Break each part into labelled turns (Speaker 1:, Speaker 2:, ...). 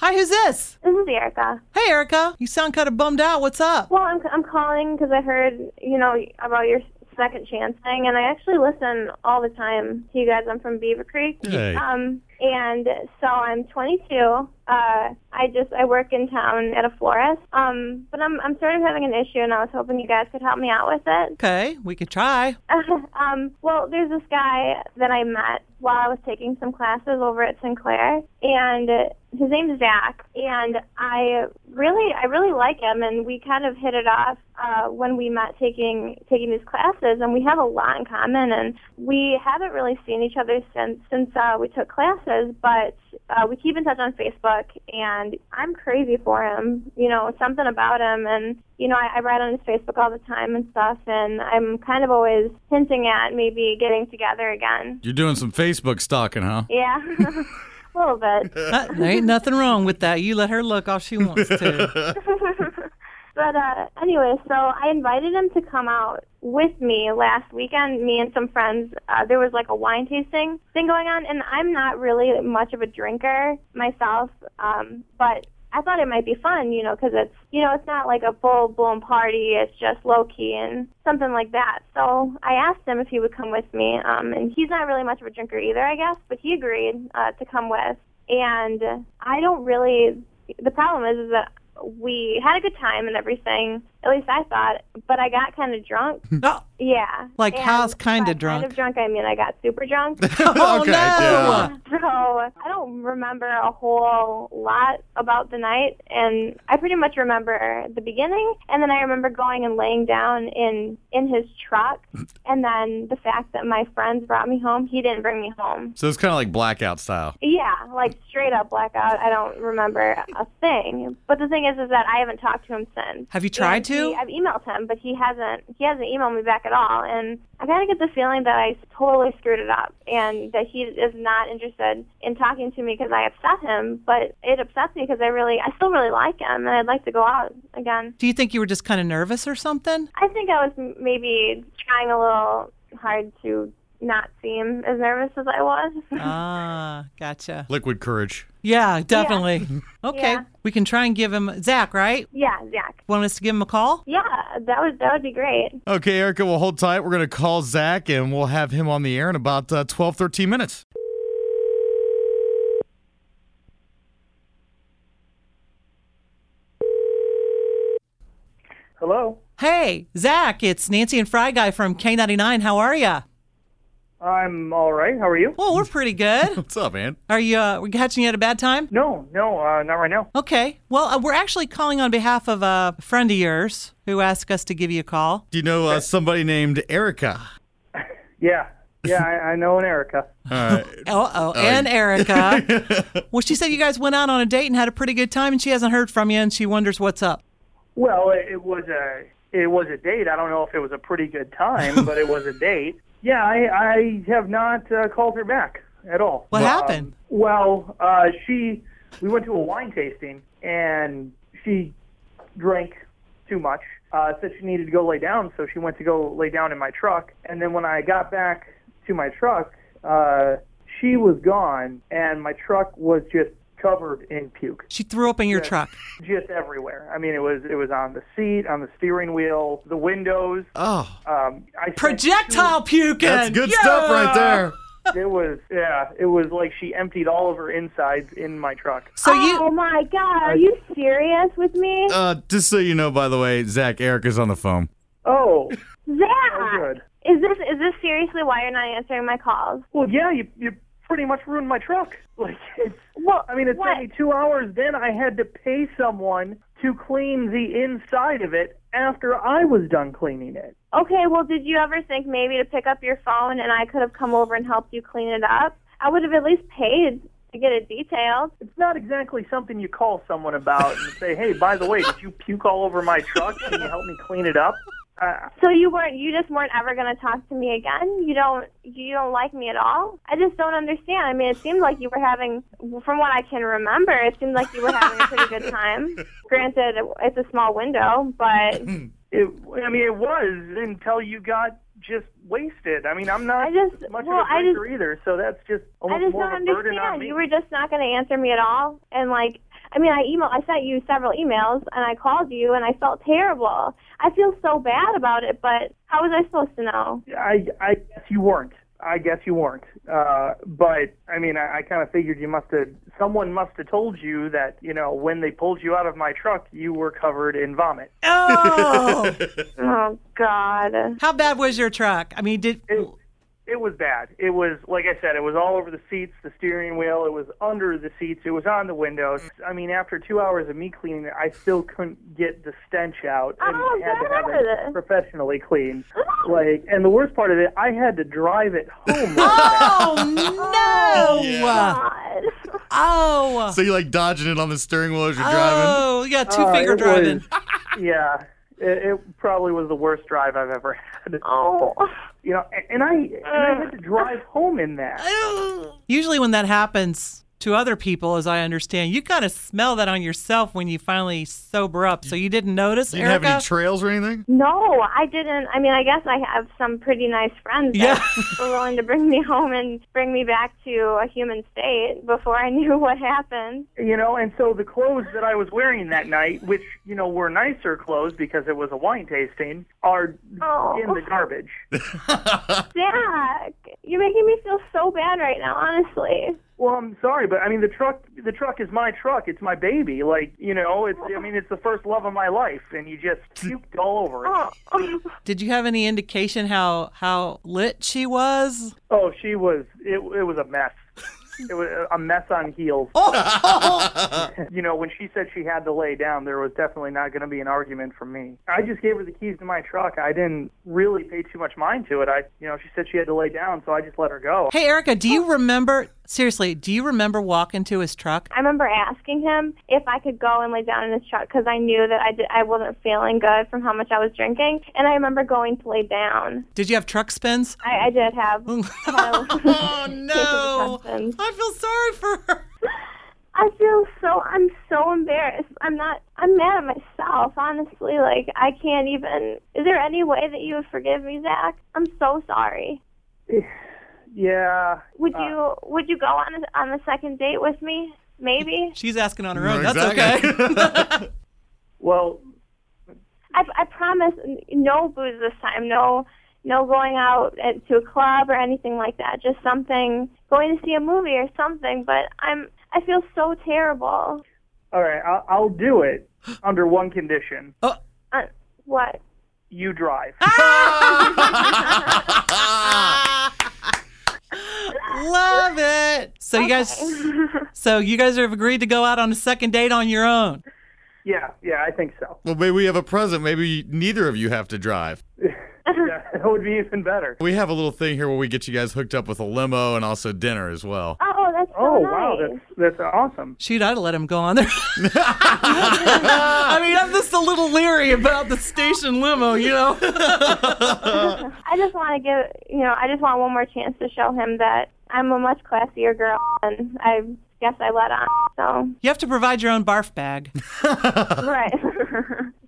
Speaker 1: Hi, who's this?
Speaker 2: This is Erica.
Speaker 1: Hey, Erica. You sound kind of bummed out. What's up?
Speaker 2: Well, I'm, I'm calling because I heard, you know, about your second chance thing, and I actually listen all the time to you guys. I'm from Beaver Creek.
Speaker 3: Hey.
Speaker 2: Um, and so I'm 22. Uh, I just I work in town at a florist. Um, but I'm I'm sort of having an issue, and I was hoping you guys could help me out with it.
Speaker 1: Okay, we could try.
Speaker 2: um, well, there's this guy that I met while I was taking some classes over at Sinclair, and his name's Zach. And I really, I really like him, and we kind of hit it off uh, when we met taking taking these classes, and we have a lot in common. And we haven't really seen each other since since uh, we took classes, but uh, we keep in touch on Facebook. And I'm crazy for him, you know, something about him, and you know, I, I write on his Facebook all the time and stuff, and I'm kind of always hinting at maybe getting together again.
Speaker 3: You're doing some Facebook stalking, huh?
Speaker 2: Yeah, a little bit.
Speaker 1: Uh, there ain't nothing wrong with that. You let her look all she wants to.
Speaker 3: Oh,
Speaker 2: But uh, anyway, so I invited him to come out with me last weekend. Me and some friends. Uh, there was like a wine tasting thing going on, and I'm not really much of a drinker myself, um, but. I thought it might be fun, you know, because it's, you know, it's not like a full blown party. It's just low key and something like that. So I asked him if he would come with me, um, and he's not really much of a drinker either, I guess, but he agreed uh, to come with. And I don't really. The problem is, is that we had a good time and everything. At least I thought, but I got kind of drunk.
Speaker 1: Oh,
Speaker 2: Yeah.
Speaker 1: Like
Speaker 2: And
Speaker 1: how's kinda
Speaker 2: by
Speaker 1: drunk?
Speaker 2: Kind of drunk. I mean, I got super drunk.
Speaker 1: oh no!
Speaker 3: Okay, yeah.
Speaker 2: So I don't remember a whole lot about the night, and I pretty much remember the beginning, and then I remember going and laying down in in his truck, and then the fact that my friends brought me home. He didn't bring me home.
Speaker 3: So it's kind of like blackout style.
Speaker 2: Yeah, like straight up blackout. I don't remember a thing. But the thing is, is that I haven't talked to him since.
Speaker 1: Have you tried
Speaker 2: And he-
Speaker 1: to?
Speaker 2: I've emailed him, but he hasn't. He hasn't emailed me back at all. And I kind of get the feeling that I totally screwed it up, and that he is not interested in talking to me because I upset him. But it upsets me because I really, I still really like him, and I'd like to go out again.
Speaker 1: Do you think you were just kind of nervous or something?
Speaker 2: I think I was m- maybe trying a little hard to not seem as nervous as I was.
Speaker 1: Ah, gotcha.
Speaker 3: Liquid courage.
Speaker 1: Yeah, definitely. Okay,
Speaker 2: Yeah.
Speaker 1: we can try and give him Zach, right?
Speaker 2: yeah, Zach.
Speaker 1: Want us to give him a call?
Speaker 2: Yeah, that would that would be great.
Speaker 3: Okay, Erica, well, hold tight. We're going to call Zach and we'll have him on the air in about uh, 12, 13 minutes.
Speaker 4: Hello.
Speaker 1: Hey, Zach, it's Nancy and Fry Guy from K99. How are ya?
Speaker 4: I'm all right. How are you?
Speaker 1: Well, we're pretty good.
Speaker 3: What's up, man?
Speaker 1: Are you? Uh, we catching you at a bad time?
Speaker 4: No, no, uh, not right now.
Speaker 1: Okay. Well, uh, we're actually calling on behalf of a friend of yours who asked us to give you a call.
Speaker 3: Do you know uh, somebody named Erica?
Speaker 4: Yeah, yeah, I, I know an Erica.
Speaker 1: Uh oh, and Erica. well, she said you guys went out on a date and had a pretty good time, and she hasn't heard from you, and she wonders what's up.
Speaker 4: Well, it, it was a it was a date. I don't know if it was a pretty good time, but it was a date. Yeah, I, I have not uh, called her back at all.
Speaker 1: What
Speaker 4: Um,
Speaker 1: happened?
Speaker 4: Well, uh, she we went to a wine tasting and she drank too much. Uh, said she needed to go lay down, so she went to go lay down in my truck. And then when I got back to my truck, uh, she was gone, and my truck was just covered in puke
Speaker 1: She threw up in your truck.
Speaker 4: just everywhere. I mean, it was it was on the seat, on the steering wheel, the windows.
Speaker 3: Oh,
Speaker 4: Um, I spent
Speaker 1: Projectile puking.
Speaker 3: that's good
Speaker 1: Yeah!
Speaker 3: stuff right there.
Speaker 4: two- It was yeah, it was like she emptied all of her insides in my truck.
Speaker 1: So
Speaker 2: oh
Speaker 1: you.
Speaker 2: my god, are you serious with me?
Speaker 3: Uh, just so you know, by the way, Zach, Erica's on the phone.
Speaker 4: Oh,
Speaker 2: Zach,
Speaker 4: good.
Speaker 2: is this is this seriously why you're not answering my calls?
Speaker 4: Well, yeah, you you pretty much ruined my truck. Like it's
Speaker 2: Well,
Speaker 4: I mean, it
Speaker 2: what?
Speaker 4: took me two hours. Then I had to pay someone to clean the inside of it after I was done cleaning it.
Speaker 2: Okay, well, did you ever think maybe to pick up your phone and I could have come over and helped you clean it up? I would have at least paid to get it detailed.
Speaker 4: It's not exactly something you call someone about and say, "Hey, by the way, did you puke all over my truck? Can you help me clean it up?" Uh,
Speaker 2: So you weren't, you just weren't ever going to talk to me again. You don't, you don't like me at all. I just don't understand. I mean, it seemed like you were having, from what I can remember, it seemed like you were having a pretty good time. Granted, it's a small window, but
Speaker 4: It, I mean, it was until you got just wasted. I mean, I'm not
Speaker 2: I just-
Speaker 4: much
Speaker 2: well,
Speaker 4: of a
Speaker 2: I just-
Speaker 4: drinker either, so that's just
Speaker 2: I
Speaker 4: almost
Speaker 2: just
Speaker 4: more
Speaker 2: don't
Speaker 4: of a burden on
Speaker 2: understand.
Speaker 4: me.
Speaker 2: You were just not going to answer me at all, and like I mean, I email, I sent you several emails, and I called you, and I felt terrible. I feel so bad about it, but how was I supposed to know?
Speaker 4: I, I guess you weren't. I guess you weren't. Uh, but I mean, I, I kind of figured you must have. Someone must have told you that you know when they pulled you out of my truck, you were covered in vomit.
Speaker 1: Oh,
Speaker 2: Oh God.
Speaker 1: how bad was your truck? I mean, did
Speaker 4: It, it was bad. It was like I said. It was all over the seats, the steering wheel. It was under the seats. It was on the windows. I mean, after two hours of me cleaning it, I still couldn't get the stench out. And
Speaker 2: Oh,
Speaker 4: had to
Speaker 2: God.
Speaker 4: have it professionally cleaned. Like, and the worst part of it, I had to drive it home. with that.
Speaker 1: oh no,
Speaker 2: God.
Speaker 1: oh,
Speaker 3: So you like dodging it on the steering wheel as you're driving?
Speaker 1: oh, yeah, two
Speaker 4: Uh,
Speaker 1: finger
Speaker 4: it
Speaker 1: driving.
Speaker 4: was- yeah, it, it probably was the worst drive I've ever had.
Speaker 2: Oh.
Speaker 4: You know, a- and I, and I had to drive home in that.
Speaker 1: Usually, when that happens to other people, as I understand, you kind of smell that on yourself when you finally sober up. So you didn't notice,
Speaker 3: You didn't have
Speaker 1: Erica?
Speaker 3: any trails or anything?
Speaker 2: No, I didn't. I mean, I guess I have some pretty nice friends that were willing to bring me home and bring me back to a human state before I knew what happened.
Speaker 4: You know, and so the clothes that I was wearing that night, which you know were nicer clothes because it was a wine tasting, are
Speaker 2: Oh.
Speaker 4: in the garbage.
Speaker 2: Zach, you're making me feel so bad right now, honestly.
Speaker 4: Well, I'm sorry, but I mean the truck. The truck is my truck. It's my baby. Like you know, it's. I mean, it's the first love of my life, and you just puked all over it.
Speaker 2: Oh.
Speaker 1: Did you have any indication how how lit she was?
Speaker 4: Oh, she was. It, it was a mess. It was a mess on heels. you know, when she said she had to lay down, there was definitely not going to be an argument from me. I just gave her the keys to my truck. I didn't really pay too much mind to it. I, you know, she said she had to lay down, so I just let her go.
Speaker 1: Hey, Erica, do you remember? Seriously, do you remember walking to his truck?
Speaker 2: I remember asking him if I could go and lay down in his truck because I knew that I, did, I wasn't feeling good from how much I was drinking. And I remember going to lay down.
Speaker 1: Did you have truck spins?
Speaker 2: I, I did have.
Speaker 1: oh no!
Speaker 2: Spins.
Speaker 1: I feel sorry for her.
Speaker 2: I feel so. I'm so embarrassed. I'm not. I'm mad at myself. Honestly, like I can't even. Is there any way that you would forgive me, Zach? I'm so sorry.
Speaker 4: Yeah.
Speaker 2: Would you Would you go on a, on the second date with me? Maybe.
Speaker 1: She's asking on her own.
Speaker 3: No,
Speaker 1: That's
Speaker 3: exactly.
Speaker 1: okay.
Speaker 4: Well,
Speaker 2: I I promise n- no booze this time. No no going out at, to a club or anything like that. Just something going to see a movie or something. But I'm I feel so terrible.
Speaker 4: all right. I'll, I'll do it under one condition.
Speaker 2: Uh, what?
Speaker 4: You drive.
Speaker 1: Love it. So you guys, so you guys have agreed to go out on a second date on your own.
Speaker 4: Yeah. Yeah, I think so.
Speaker 3: well, maybe we have a present. Maybe neither of you have to drive.
Speaker 4: Yeah, that would be even better.
Speaker 3: We have a little thing here where we get you guys hooked up with a limo and also dinner as well.
Speaker 2: Oh, that's so
Speaker 4: Oh,
Speaker 2: nice.
Speaker 4: wow. That's, that's awesome.
Speaker 1: Shoot, I'd have let him go on there. I mean, I'm just a little leery about the station limo, you know.
Speaker 2: I just want to give, you know, I just want one more chance to show him that I'm a much classier girl, and I guess I let on.
Speaker 1: you have to provide your own barf bag.
Speaker 2: So right.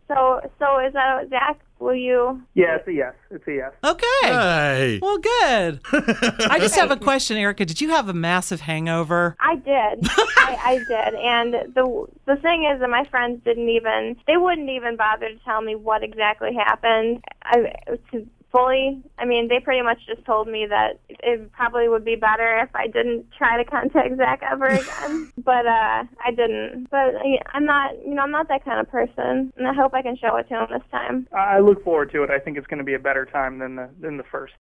Speaker 2: so so is that Zach? Will you?
Speaker 4: Yeah, it's a yes. It's a yes.
Speaker 1: Okay.
Speaker 3: Hey.
Speaker 1: Well, good. I just have a question, Erica. Did you have a massive hangover?
Speaker 2: I did. I, I did. And the the thing is that my friends didn't even they wouldn't even bother to tell me what exactly happened. I to fully. I mean, they pretty much just told me that it probably would be better if I didn't try to contact Zach ever again. but uh, I didn't. But I, I'm not. You know, I'm not that kind of person. And I hope I can show it to him this time.
Speaker 4: I I look forward to it. I think it's going to be a better time than the than the first.